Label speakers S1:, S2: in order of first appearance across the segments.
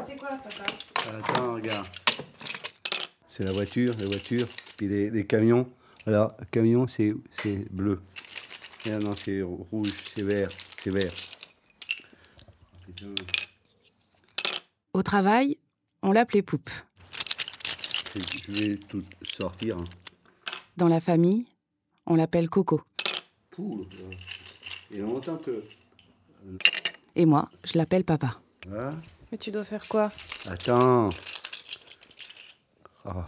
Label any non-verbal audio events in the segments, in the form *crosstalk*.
S1: C'est quoi, papa
S2: Attends, regarde. C'est la voiture, la voiture, puis les, les camions. Alors, camion, c'est c'est bleu. Et là, non, c'est rouge, c'est vert, c'est vert. Putain,
S3: Au travail, on l'appelait Poupe.
S2: c'est- Je vais tout sortir. hein.
S3: Dans la famille, on l'appelle Coco.
S2: Pouh, euh, Il y a longtemps que.
S3: Et moi, je l'appelle Papa.
S2: Hein
S1: Mais tu dois faire quoi
S2: Attends. Ah.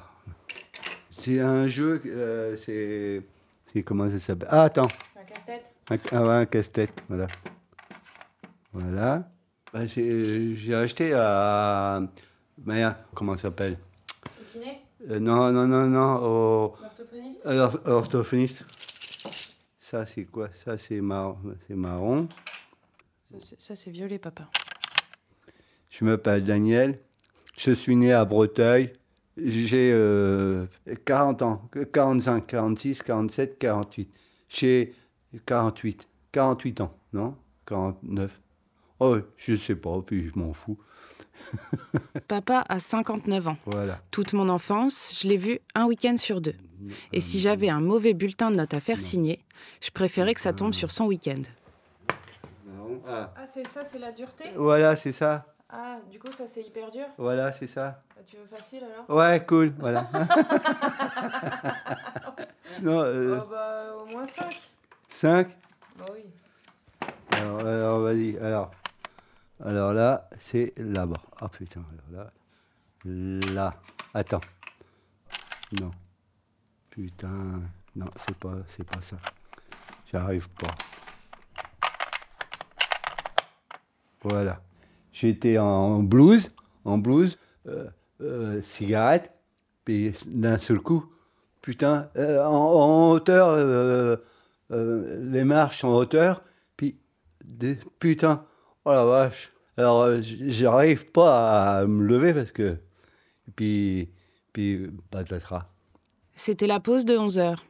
S2: C'est un jeu, euh, c'est. C'est comment ça s'appelle Ah, attends.
S1: C'est un casse-tête.
S2: Un, ah ouais, un casse-tête, voilà. Voilà. Bah, c'est- J'ai acheté à. merde, comment ça s'appelle
S1: Le kiné
S2: Euh, Non, non, non, non, au.
S1: L'orthophoniste
S2: à l'or- orthophoniste. Ça, c'est quoi Ça, c'est marron. C'est marron.
S1: Ça, c'est violet, papa.
S2: Je m'appelle Daniel. Je suis né à Breteuil. J'ai euh, 40 ans, 45, 46, 47, 48. J'ai 48, 48 ans, non 49. Oh, je sais pas, puis je m'en fous.
S3: *laughs* Papa a 59 ans.
S2: Voilà.
S3: Toute mon enfance, je l'ai vu un week-end sur deux. Et si j'avais un mauvais bulletin de notes à faire signer, je préférais que ça tombe sur son week-end.
S2: Ah.
S1: Ah, c'est ça, c'est la dureté
S2: Voilà, c'est ça.
S1: Ah, du coup, ça, c'est hyper dur.
S2: Voilà, c'est ça.
S1: Ah, Tu veux facile, alors
S2: Ouais, cool, voilà. *laughs* non, euh,
S1: Oh, bah, au moins 5.
S2: 5.
S1: Bah oui.
S2: Alors, alors, vas-y, alors. Alors là, c'est là-bas. Ah putain, alors là. Là. Attends. Non. Putain. Non, c'est pas, c'est pas ça. J'arrive pas. Voilà. J'étais en blouse, en blouse, euh, euh, cigarette, puis d'un seul coup, putain, euh, en, en hauteur, euh, euh, les marches en hauteur, puis des- putain, oh la vache. Alors, euh, j- j'arrive pas à me lever parce que. Puis, puis, patatras.
S3: C'était la pause de 11 heures.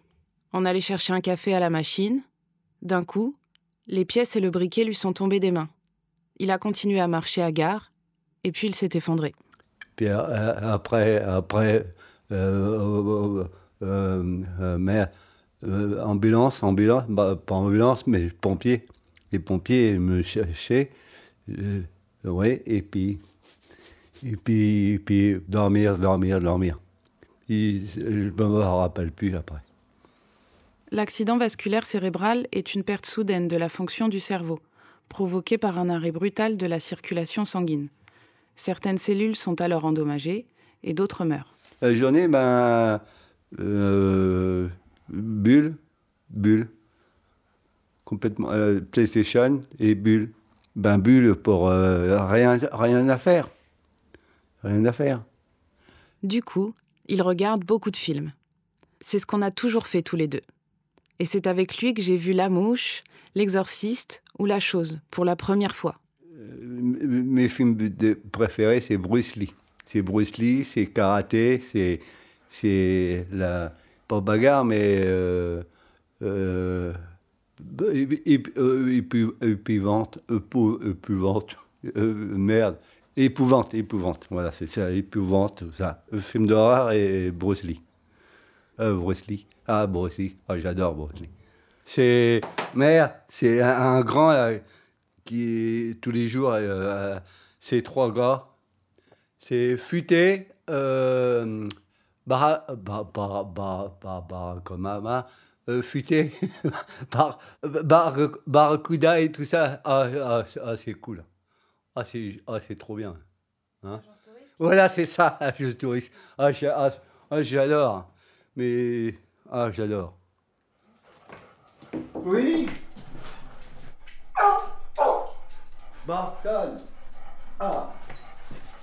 S3: On allait chercher un café à la machine. D'un coup, les pièces et le briquet lui sont tombés des mains. Il a continué à marcher à gare, et puis il s'est effondré.
S2: Puis euh, euh, après, après, euh, euh, euh, euh, mais, euh, ambulance, ambulance, bah, pas ambulance, mais pompiers. Les pompiers me cherchaient. euh, ouais, et puis, et puis, et puis, dormir, dormir, dormir. Puis, je me rappelle plus après.
S3: L'accident vasculaire cérébral est une perte soudaine de la fonction du cerveau, provoquée par un arrêt brutal de la circulation sanguine. Certaines cellules sont alors endommagées et d'autres meurent.
S2: La journée, Euh, ben. euh, bulle, bulle. Complètement. euh, PlayStation et bulle. Ben, bulle pour euh, rien, rien à faire. Rien à faire.
S3: Du coup, il regarde beaucoup de films. C'est ce qu'on a toujours fait tous les deux. Et c'est avec lui que j'ai vu La Mouche, L'Exorciste ou La Chose pour la première fois.
S2: Euh, m- mes films de- préférés, c'est Bruce Lee. C'est Bruce Lee, c'est karaté, c'est. C'est la. Pas bagarre, mais. Euh, euh, épu- épu- euh, épu- épouvante, épou- épouvante, euh, merde, épouvante, épouvante, voilà, c'est ça, épouvante, ça. Le film d'horreur et Bruce Lee. Euh, Bruce Lee, ah, Bruce Lee, ah, j'adore Bruce Lee. C'est, merde, c'est un, un grand, là, qui tous les jours, euh, c'est trois gars. C'est Futé, euh, Bar- Bar- Bar- Bar- Bar- Barack Obama, euh, Futé, *laughs* Bar- Bar- Barracuda et tout ça. Ah, ah, c'est- ah, c'est cool. Ah, c'est ah, c'est trop bien.
S1: Agence touriste
S2: *laughs* Voilà, c'est ça, je touriste. Ah, j'ai- ah, ah, j'adore. Mais. Ah, j'adore. Oui Barton Ah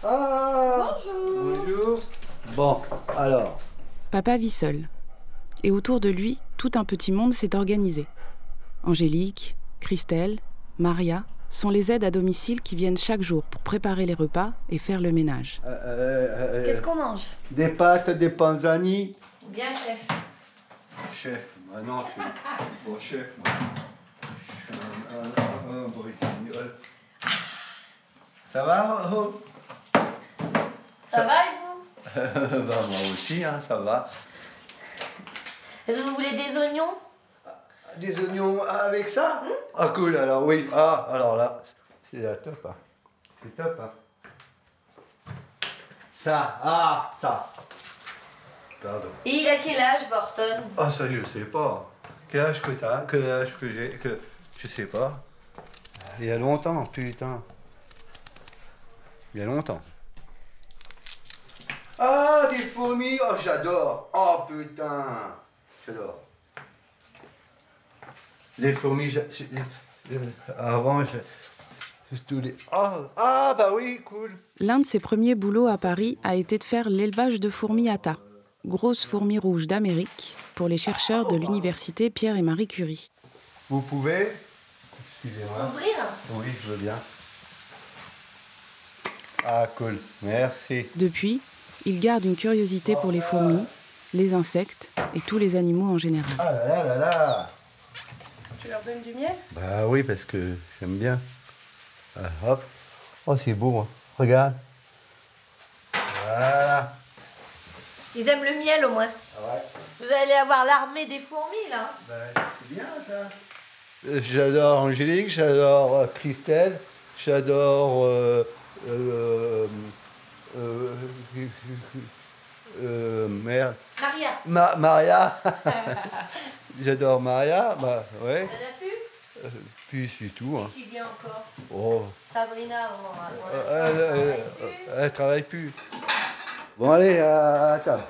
S2: Ah
S1: Bonjour
S2: Bonjour Bon, alors.
S3: Papa vit seul. Et autour de lui, tout un petit monde s'est organisé. Angélique, Christelle, Maria sont les aides à domicile qui viennent chaque jour pour préparer les repas et faire le ménage.
S2: euh, euh, euh,
S4: Qu'est-ce qu'on mange
S2: Des pâtes, des panzani
S4: Bien, chef.
S2: Chef, maintenant je suis. Bon, chef, moi. Je suis un, un- un- un bricagnol. Ça va oh
S4: Ça va et vous
S2: *laughs* Bah, Moi aussi, hein, ça va.
S4: Est-ce que vous voulez des oignons
S2: Des oignons avec ça
S4: Hmm
S2: Ah cool, alors oui. Ah, alors là, c'est la top. hein. C'est top. hein. Ça, ah, ça. Pardon.
S4: Et il a quel âge, Burton
S2: Ah ça, je sais pas. Quel âge que t'as Quel âge que j'ai que... Je sais pas. Il y a longtemps, putain. Il y a longtemps. Ah, des fourmis Oh, j'adore Oh, putain J'adore. Les fourmis, j'a- j'ai- les- euh, avant, j'ai- c'est tous les... Oh, ah, bah oui, cool
S3: L'un de ses premiers boulots à Paris a été de faire l'élevage de fourmis à tas, grosses fourmis rouges d'Amérique, pour les chercheurs de l'université Pierre et Marie Curie.
S2: Vous pouvez... Excusez-moi.
S4: Ouvrir
S2: Oui, je veux bien. Ah, cool. Merci.
S3: Depuis, il garde une curiosité pour les fourmis, les insectes et tous les animaux en général.
S2: Ah là là là là
S1: Tu leur donnes du miel
S2: Bah oui, parce que j'aime bien. Ah, hop. Oh, c'est beau, hein. Regarde. Voilà. Ah
S4: Ils aiment le miel au moins.
S2: Ouais.
S4: Vous allez avoir l'armée des fourmis là.
S2: Bah, c'est bien, ça. Euh, J'adore Angélique, j'adore euh, Christelle, j'adore... euh, euh, euh, euh, merde.
S4: Maria,
S2: Ma- Maria. J'adore Maria. Bah ouais.
S4: t'en as plus
S2: Euh, Puis c'est tout. hein.
S4: Qui vient encore
S2: Oh.
S4: Sabrina, on en a- on
S2: Euh,
S4: a-
S2: Elle,
S4: on en a
S2: elle- euh,
S4: plus.
S2: elle travaille plus. Bon allez, euh, à, à table.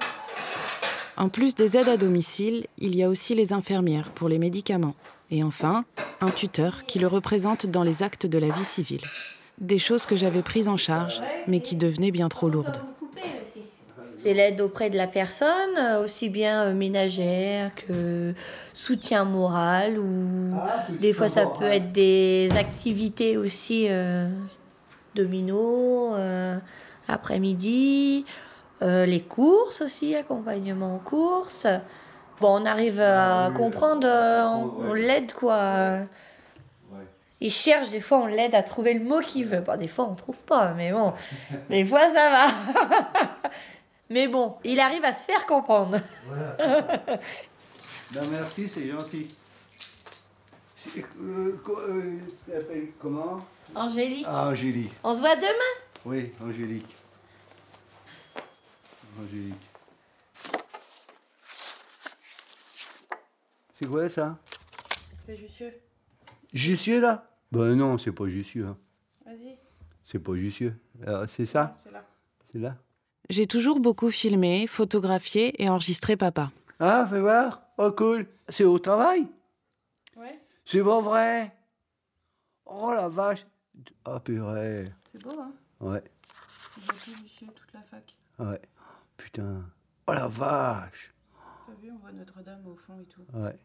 S3: En plus des aides à domicile, il y a aussi les infirmières pour les médicaments. Et enfin, un tuteur qui le représente dans les actes de la vie civile. Des choses que j'avais prises en charge, mais qui devenaient bien trop lourdes.
S4: C'est l'aide auprès de la personne, euh, aussi bien euh, ménagère que euh, soutien moral ou
S2: Ah, soutien
S4: des fois ça
S2: moral.
S4: peut être des activités aussi euh, domino, euh, après-midi, euh, les courses aussi, accompagnement aux courses. Bon, on arrive à
S2: Ah oui,
S4: comprendre,
S2: à
S4: euh,
S2: comprendre,
S4: on, on
S2: ouais.
S4: l'aide quoi. Il cherche, des fois on l'aide à trouver le mot qu'il veut. Bon, des fois on trouve pas,
S2: *laughs*
S4: mais bon, des fois ça va. *laughs* mais bon, il arrive à se faire comprendre.
S2: Ben, merci, c'est gentil. C'est- euh, co- euh, tu t'appelles comment
S4: Angélique,
S2: Ah, Angélique.
S4: on se voit demain
S2: Oui, Angélique. Angélique. C'est quoi ça
S1: C'est jussieu.
S2: Jussieu là Ben non, c'est pas Jussieu. hein.
S1: Vas-y. hein,
S2: C'est pas Jussieu. Alors, c'est ça
S1: C'est là.
S2: C'est là
S3: J'ai toujours beaucoup filmé, photographié et enregistré papa.
S2: Ah, fais voir. Oh, cool. C'est au travail
S1: Ouais,
S2: C'est pas vrai Oh la vache Oh purée.
S1: c'est beau, hein
S2: Ouais,
S1: J'ai appelé jussieu toute la fac.
S2: ouais. Putain. Oh la vache
S1: T'as vu, on voit Notre-Dame au fond et tout.
S2: Ouais.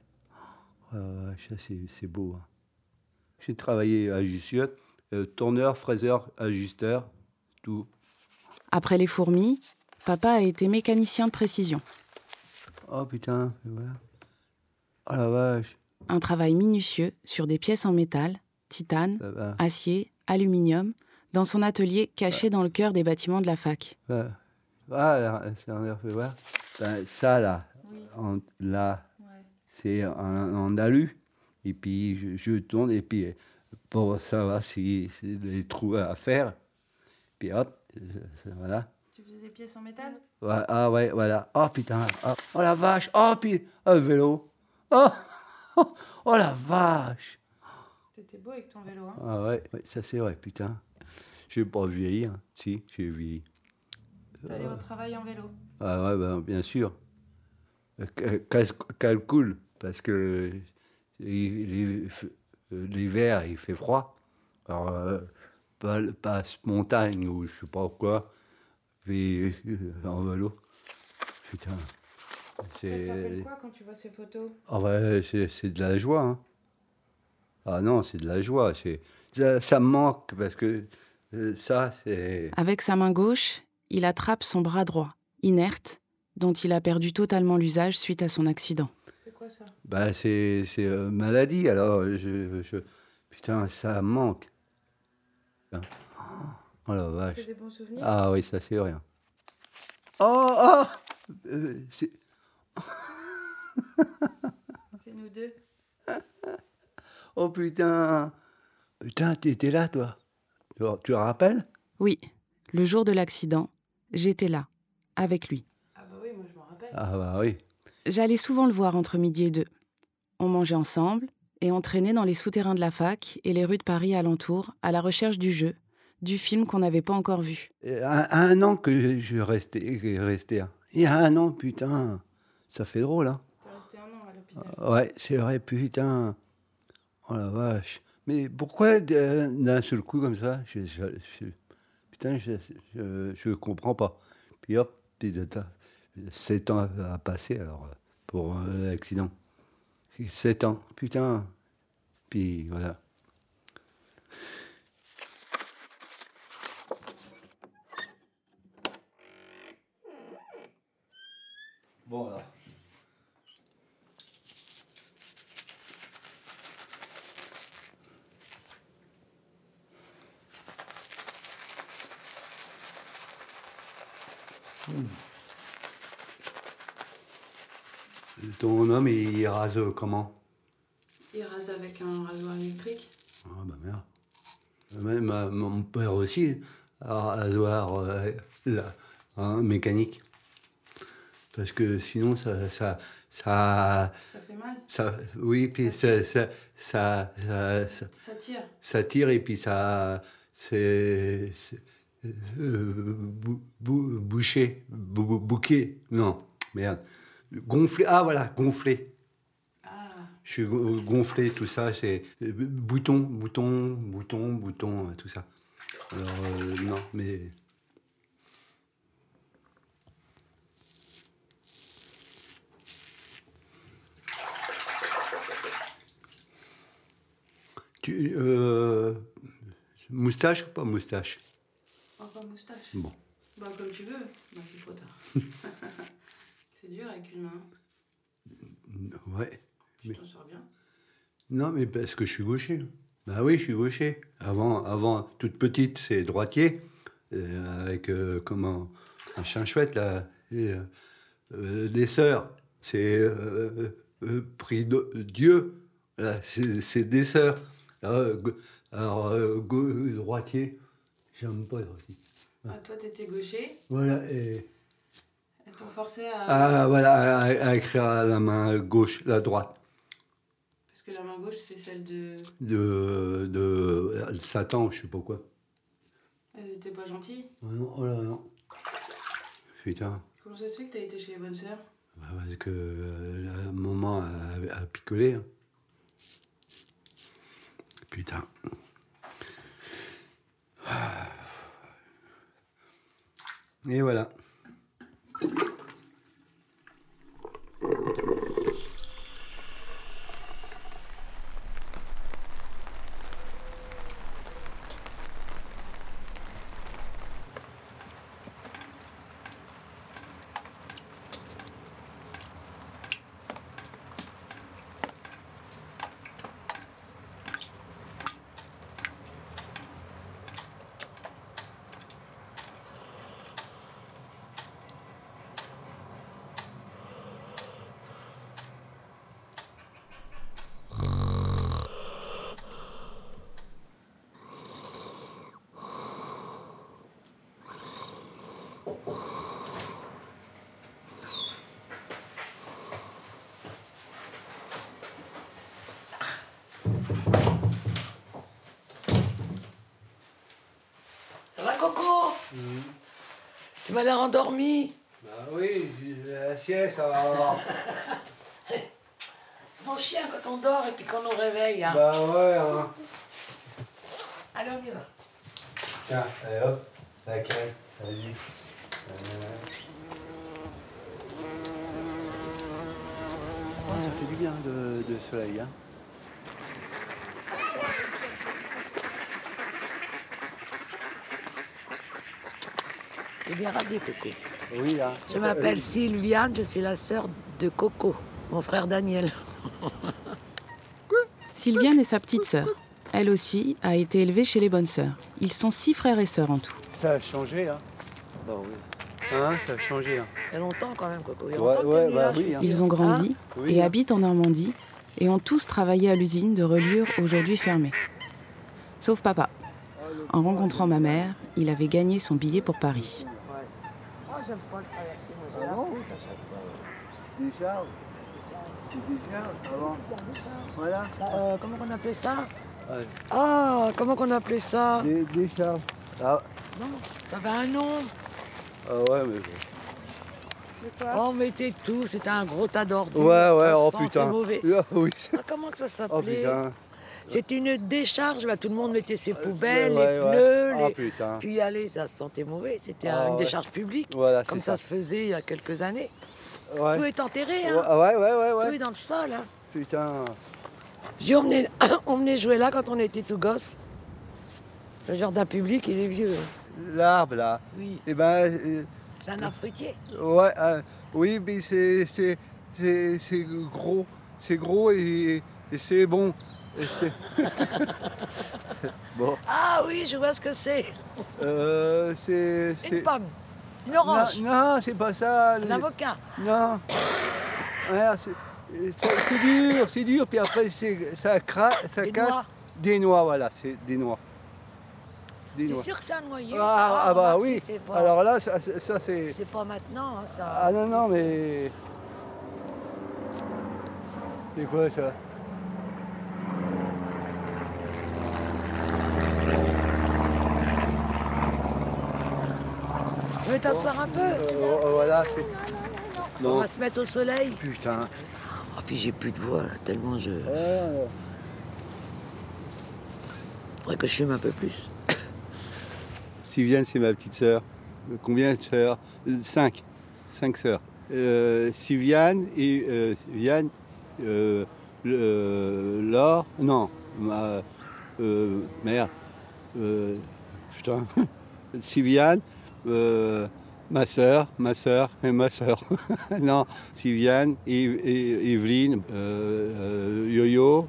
S2: Ouais, ouais, ouais, ça, c'est, c'est beau. hein. J'ai travaillé à Jussieu, euh, tourneur, fraiseur, ajusteur, tout.
S3: Après les fourmis, papa a été mécanicien de précision.
S2: Oh putain, fais voir. Oh la vache.
S3: Un travail minutieux sur des pièces en métal, titane,
S2: Ça va.
S3: acier, aluminium, dans son atelier caché dans le cœur des bâtiments de la fac.
S2: Ouais. Ah, là, c'est un air, fais voir. Ben, ça, là,
S1: Oui,
S2: en- là,
S1: ouais.
S2: c'est en, en alu. Et puis je, je tourne, et puis pour savoir si si les trous à faire. Puis hop, je- je- voilà.
S1: Tu faisais des pièces en métal
S2: Ouais, Ah ouais, voilà. Oh putain, oh, oh, la vache, oh puis un vélo. Oh, *laughs* oh, oh, la vache.
S1: T'étais beau avec ton vélo, hein
S2: Ah ouais, ouais, ça c'est vrai, putain. J'ai pas vieilli, hein. si, j'ai vieilli. Euh.
S1: T'allais au travail en vélo.
S2: Ah ouais, ben, bien sûr. Euh, cal- cal- Calcul, parce que il- il- f- euh, l'hiver, il fait froid. Alors, euh, pas, pas montagne ou je sais pas quoi, puis euh, en vélo. Putain.
S1: Ça te
S2: C'est
S1: rappelle quoi quand tu vois ces photos
S2: ah ouais, c'est c'est de la joie. hein. Ah non, c'est de la joie. c'est- Ça, ça me manque, parce que euh, ça, c'est...
S3: Avec sa main gauche, il attrape son bras droit, inerte, dont il a perdu totalement l'usage suite à son accident.
S1: C'est quoi ça
S2: Bah, c'est c'est, euh, maladie, alors je, je- Putain, ça me manque. Putain. Hein. Oh la vache.
S1: C'est des bons souvenirs.
S2: Ah oui, ça c'est rien. Oh, oh Euh, c'est-
S1: C'est nous deux.
S2: Oh putain Putain, t'étais là, toi Tu tu te rappelles
S3: Oui, le jour de l'accident, j'étais là, avec lui.
S1: Ah bah oui, moi je m'en rappelle.
S2: Ah bah oui.
S3: J'allais souvent le voir entre midi et deux. On mangeait ensemble et on traînait dans les souterrains de la fac et les rues de Paris alentour à la recherche du jeu, du film qu'on n'avait pas encore vu.
S2: Euh, Un, un an que je- je restais, que je restais, hein. Il y a un an, putain. Ça fait drôle, hein.
S1: T'as resté un an à l'hôpital.
S2: Ouais, c'est vrai, putain. Oh la vache. Mais pourquoi euh, d'un seul coup comme ça je, je- je- Putain, je, je, je comprends pas. Puis hop, puis de ta- sept ans à passer alors euh, pour euh, l'accident. Sept ans, putain. Puis voilà. Bon alors. Ton homme, il rase comment
S1: Il rase avec un rasoir électrique.
S2: Ah bah merde. Même euh, mon père aussi hein, a un rasoir euh, là, hein, mécanique. Parce que sinon, ça... ça, ça,
S1: Ça fait mal.
S2: ça oui, puis ça, ça, ça, ça, ça-
S1: Ça tire.
S2: ça tire et puis ça... C'est... c'est, euh, bou- bou- bouché, bou- bou- bouqué, non, merde. Gonflé, ah voilà, gonflé.
S1: Ah.
S2: Je suis go- gonflé, tout ça, c'est euh, b- bouton, bouton, bouton, bouton, euh, tout ça. Alors, euh, non, mais. Tu, euh, moustache ou pas moustache
S1: Oh, pas moustache.
S2: Bon.
S1: Bah comme tu veux. Bah c'est trop tard. *laughs* c'est dur avec une main.
S2: Ouais.
S1: Tu t'en sors bien.
S2: Non, mais parce que je suis gaucher. Bah oui, je suis gaucher. Avant, avant toute petite, c'est droitier, euh, avec euh, comment un chien chouette là, et, euh, euh, des sœurs. C'est euh, euh, pris de- Dieu. Là, c'est c'est des sœurs. Euh, go- alors euh, go- droitier, j'aime pas droitier.
S1: Ah, toi t'étais gaucher.
S2: Voilà. Et,
S1: Elles t'ont forcé à...
S2: ah voilà, à, à écrire à la main gauche, la droite.
S1: Parce que la main gauche c'est celle de...
S2: De, de Satan, je sais pas quoi.
S1: Elles étaient pas gentilles.
S2: Oh non, oh là là. Putain.
S1: Comment ça se fait que t'as été chez les bonnes sœurs
S2: Bah, Parce que euh, là, un moment à, à picoler. hein. Putain. Et voilà.
S5: Ça va, Coco Tu m'as l'air endormi.
S2: Bah oui, la sieste hein.
S5: Mon chien, quand on dort et puis qu'on nous réveille. hein.
S2: bah ouais, hein.
S5: Allez, on y va.
S2: Tiens, allez hop, la cale, vas-y. ça fait du bien de, de soleil, hein.
S5: T'es Eh bien rasé, Coco.
S2: Oui, hein. là.
S5: Je m'appelle Sylviane, je suis la sœur de Coco, mon frère Daniel.
S3: Sylviane et sa petite sœur, elle aussi, a été élevée chez les bonnes sœurs. Ils sont six frères et sœurs en tout.
S2: Ça a changé, hein,
S5: Bah oui.
S2: Hein, Ça a changé, hein.
S5: Il y a longtemps quand même, Coco. Il y a
S2: Ouais,
S5: longtemps que
S2: ouais,
S5: t'es
S2: bah
S5: là, je
S2: oui,
S5: te
S2: hein.
S5: dis.
S3: Ils ont grandi
S2: Oui,
S3: et
S2: hein.
S3: habitent en Normandie et ont tous travaillé à l'usine de reliure aujourd'hui fermée. Sauf papa. En rencontrant ma mère, il avait gagné son billet pour Paris.
S5: Moi, j'aime pas le traverser, moi, j'ai la frousse à chaque fois.
S2: Décharge. Tu décharges avant. Voilà.
S5: Euh, comment qu'on appelait ça
S2: Ouais.
S5: Ah, comment qu'on appelait ça
S2: Dé- décharge. Ah,
S5: Non, ça avait un nom.
S2: ah ouais, mais.
S5: On mettait Oh, tout, c'était un gros tas d'ordures.
S2: Ouais, ouais,
S5: ça
S2: oh
S5: sentait
S2: putain.
S5: mauvais.
S2: *laughs* Ah oui, ça-
S5: Ah, comment que ça
S2: Oh
S5: s'appelait
S2: putain.
S5: C'était une décharge, bah, tout le monde mettait ses poubelles,
S2: Euh, Ouais,
S5: les
S2: ouais.
S5: pneus,
S2: Ah
S5: les-
S2: putain.
S5: puis allez, ça sentait mauvais, c'était
S2: Ah,
S5: une
S2: ouais.
S5: décharge publique,
S2: Voilà,
S5: comme
S2: c'est
S5: ça.
S2: ça.
S5: se faisait il y a quelques années.
S2: Ouais.
S5: Tout est enterré,
S2: Ouais,
S5: hein.
S2: ouais, ouais, ouais,
S5: tout est
S2: ouais.
S5: dans le sol. Hein.
S2: Putain.
S5: J'ai emmené, *coughs* on venait jouer là quand on était tout gosse. Le jardin public, il est vieux. hein.
S2: L'arbre là.
S5: Oui,
S2: Eh ben, euh,
S5: c'est un fruitier.
S2: ouais, euh, oui, mais c'est, c'est, c'est, c'est gros, c'est gros et, et c'est bon. Et c'est- bon,
S5: Ah oui, je vois ce que c'est.
S2: euh, c'est, c'est.
S5: Une pomme, une
S2: Non,
S5: orange,
S2: non, c'est pas ça.
S5: un avocat.
S2: Non. Regarde, c'est, c'est- c'est dur, c'est dur. Puis après, c'est, ça, cra, ça
S5: Des
S2: casse.
S5: noix.
S2: Des noix, voilà, c'est des noix. Des
S5: T'es
S2: noix.
S5: sûr que c'est un noyer ça
S2: Ah, ah bah
S5: Remarque,
S2: oui.
S5: c'est pas-
S2: Alors là, ça, ça- ça, c'est.
S5: C'est pas maintenant, hein, ça.
S2: Ah non, non, mais. C'est quoi ça
S5: Tu veux t'asseoir un peu
S2: Euh, oh, Voilà, c'est.
S5: On
S2: Non,
S5: va se mettre au soleil.
S2: putain.
S5: Oh, puis j'ai plus de voix, là, tellement je.
S2: Euh,
S5: Faudrait que je fume un peu plus.
S2: Sylviane, c'est ma petite sœur. Euh, Combien de sœurs Euh, Cinq. Cinq sœurs. Euh, Sylviane et euh, Sylviane, euh, le- euh, Laure, non, ma euh, mère, euh, putain, *laughs* Sylviane, euh, ma sœur, ma sœur *laughs* et ma sœur. non, Sylviane, Yves- et- Yveline, euh, euh, Yo-Yo,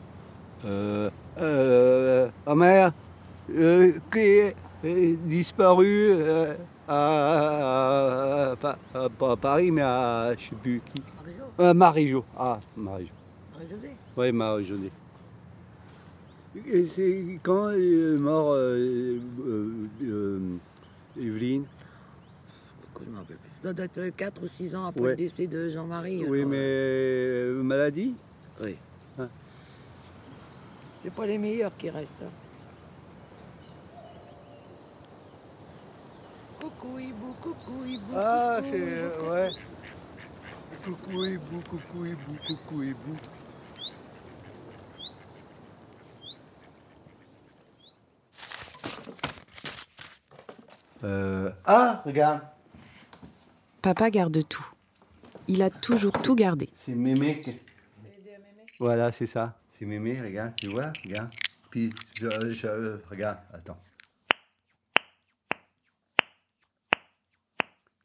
S2: euh, euh, ma mère, euh, qui est est disparue euh, à, à- à- à- pas à Paris, mais à je sais plus qui.
S5: Marie-Jo,
S2: Euh, Marie-Jo. Ah, Marie-Jo.
S5: Marie-Josée.
S2: Oui, Marie-Jo. Et c'est quand est mort euh, euh, euh, Evelyne
S5: Écoute, je m'en rappelle plus. Ça doit être 4 ou 6 ans après
S2: Ouais.
S5: le décès de Jean-Marie.
S2: Oui,
S5: alors.
S2: mais euh, maladie
S5: Oui.
S2: Hein.
S5: C'est pas les meilleurs qui restent. hein. Coucou, hibou, coucou, hibou.
S2: Ah,
S5: coucou,
S2: c'est.
S5: hibou.
S2: euh, ouais. Coucou hibou, coucou hibou, coucou hibou. Euh, ah, regarde,
S3: Papa garde tout. Il a toujours tout gardé.
S2: c'est mémé. qui- Voilà, c'est ça. C'est mémé, regarde, tu vois, regarde. Puis, je, je- euh, regarde, attends.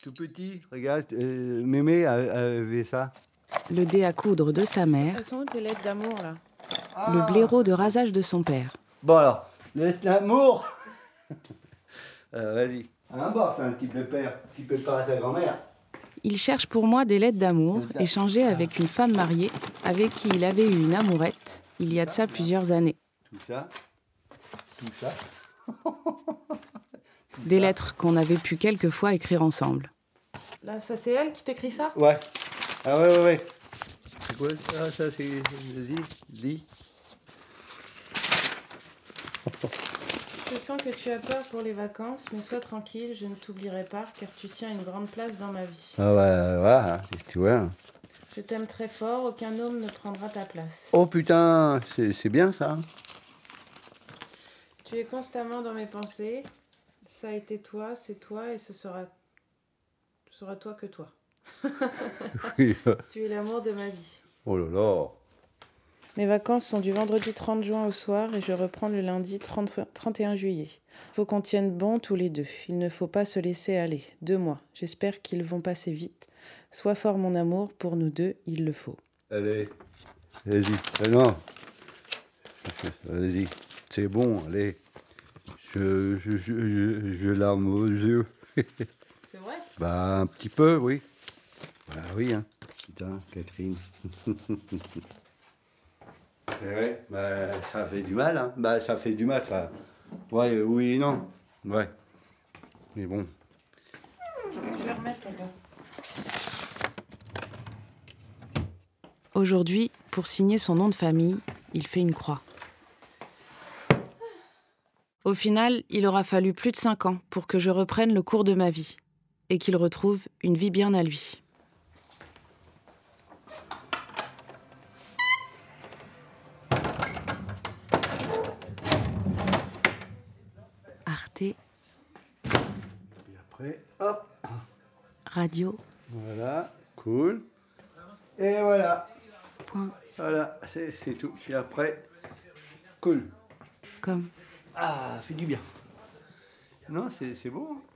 S2: Tout petit, regarde, euh, mémé euh, avait ça.
S3: Le dé à coudre de sa mère,
S1: Elles sont où tes lettres d'amour là
S3: le blaireau de rasage de son père.
S2: Bon alors, l'être l'amour *laughs* hein, Euh, Vas-y. Un bord, un petit peu père, qui peut pas à sa grand-mère.
S3: Il cherche pour moi des lettres d'amour échangées avec une femme mariée avec qui il avait eu une amourette il y a de ça plusieurs années.
S2: Tout ça, tout ça.
S3: Des lettres qu'on avait pu quelquefois écrire ensemble.
S1: Là, ça c'est elle qui t'écrit ça
S2: Ouais. Ah ouais, ouais, ouais. C'est quoi ça Ça, c'est... Vas-y, lis.
S6: Je sens que tu as peur pour les vacances, mais sois tranquille, je ne t'oublierai pas car tu tiens une grande place dans ma vie.
S2: Ah ouais, ouais, tu vois. hein.
S6: Je t'aime très fort, aucun homme ne prendra ta place.
S2: Oh putain, c'est c'est bien ça. *laughs*
S6: Tu es constamment dans mes pensées. Ça a été toi, c'est toi et ce sera ce sera toi que toi. Tu es l'amour de ma vie.
S2: oh là là.
S6: Mes vacances sont du vendredi 30 juin au soir et je reprends le lundi 30 31 juillet. Faut qu'on tienne bon tous les deux. Il ne faut pas se laisser aller. Deux mois. J'espère qu'ils vont passer vite. Sois fort mon amour, pour nous deux, il le faut.
S2: Allez, Euh, *laughs* vas-y. Ah non. Vas-y. C'est bon, allez. Je, je, je, je- j'ai larmes aux yeux. *laughs*
S1: C'est vrai
S2: Bah, un petit peu, oui. Bah oui, hein. Putain, Catherine. *laughs* Eh ouais, bah, ça fait du mal, hein. Bah, ça fait du mal, ça. Ouais, euh, oui et non. Ouais. Mais bon.
S3: Aujourd'hui, pour signer son nom de famille, il fait une croix. Au final, il aura fallu plus de 5 ans pour que je reprenne le cours de ma vie et qu'il retrouve une vie bien à lui. Arte,
S2: Et après, hop,
S3: radio.fr.
S2: voilà, cool. Et voilà, voilà, c'est c'est tout. Puis après, cool.
S3: Comme.
S2: Ah, fait du bien. Non, c'est c'est beau. hein.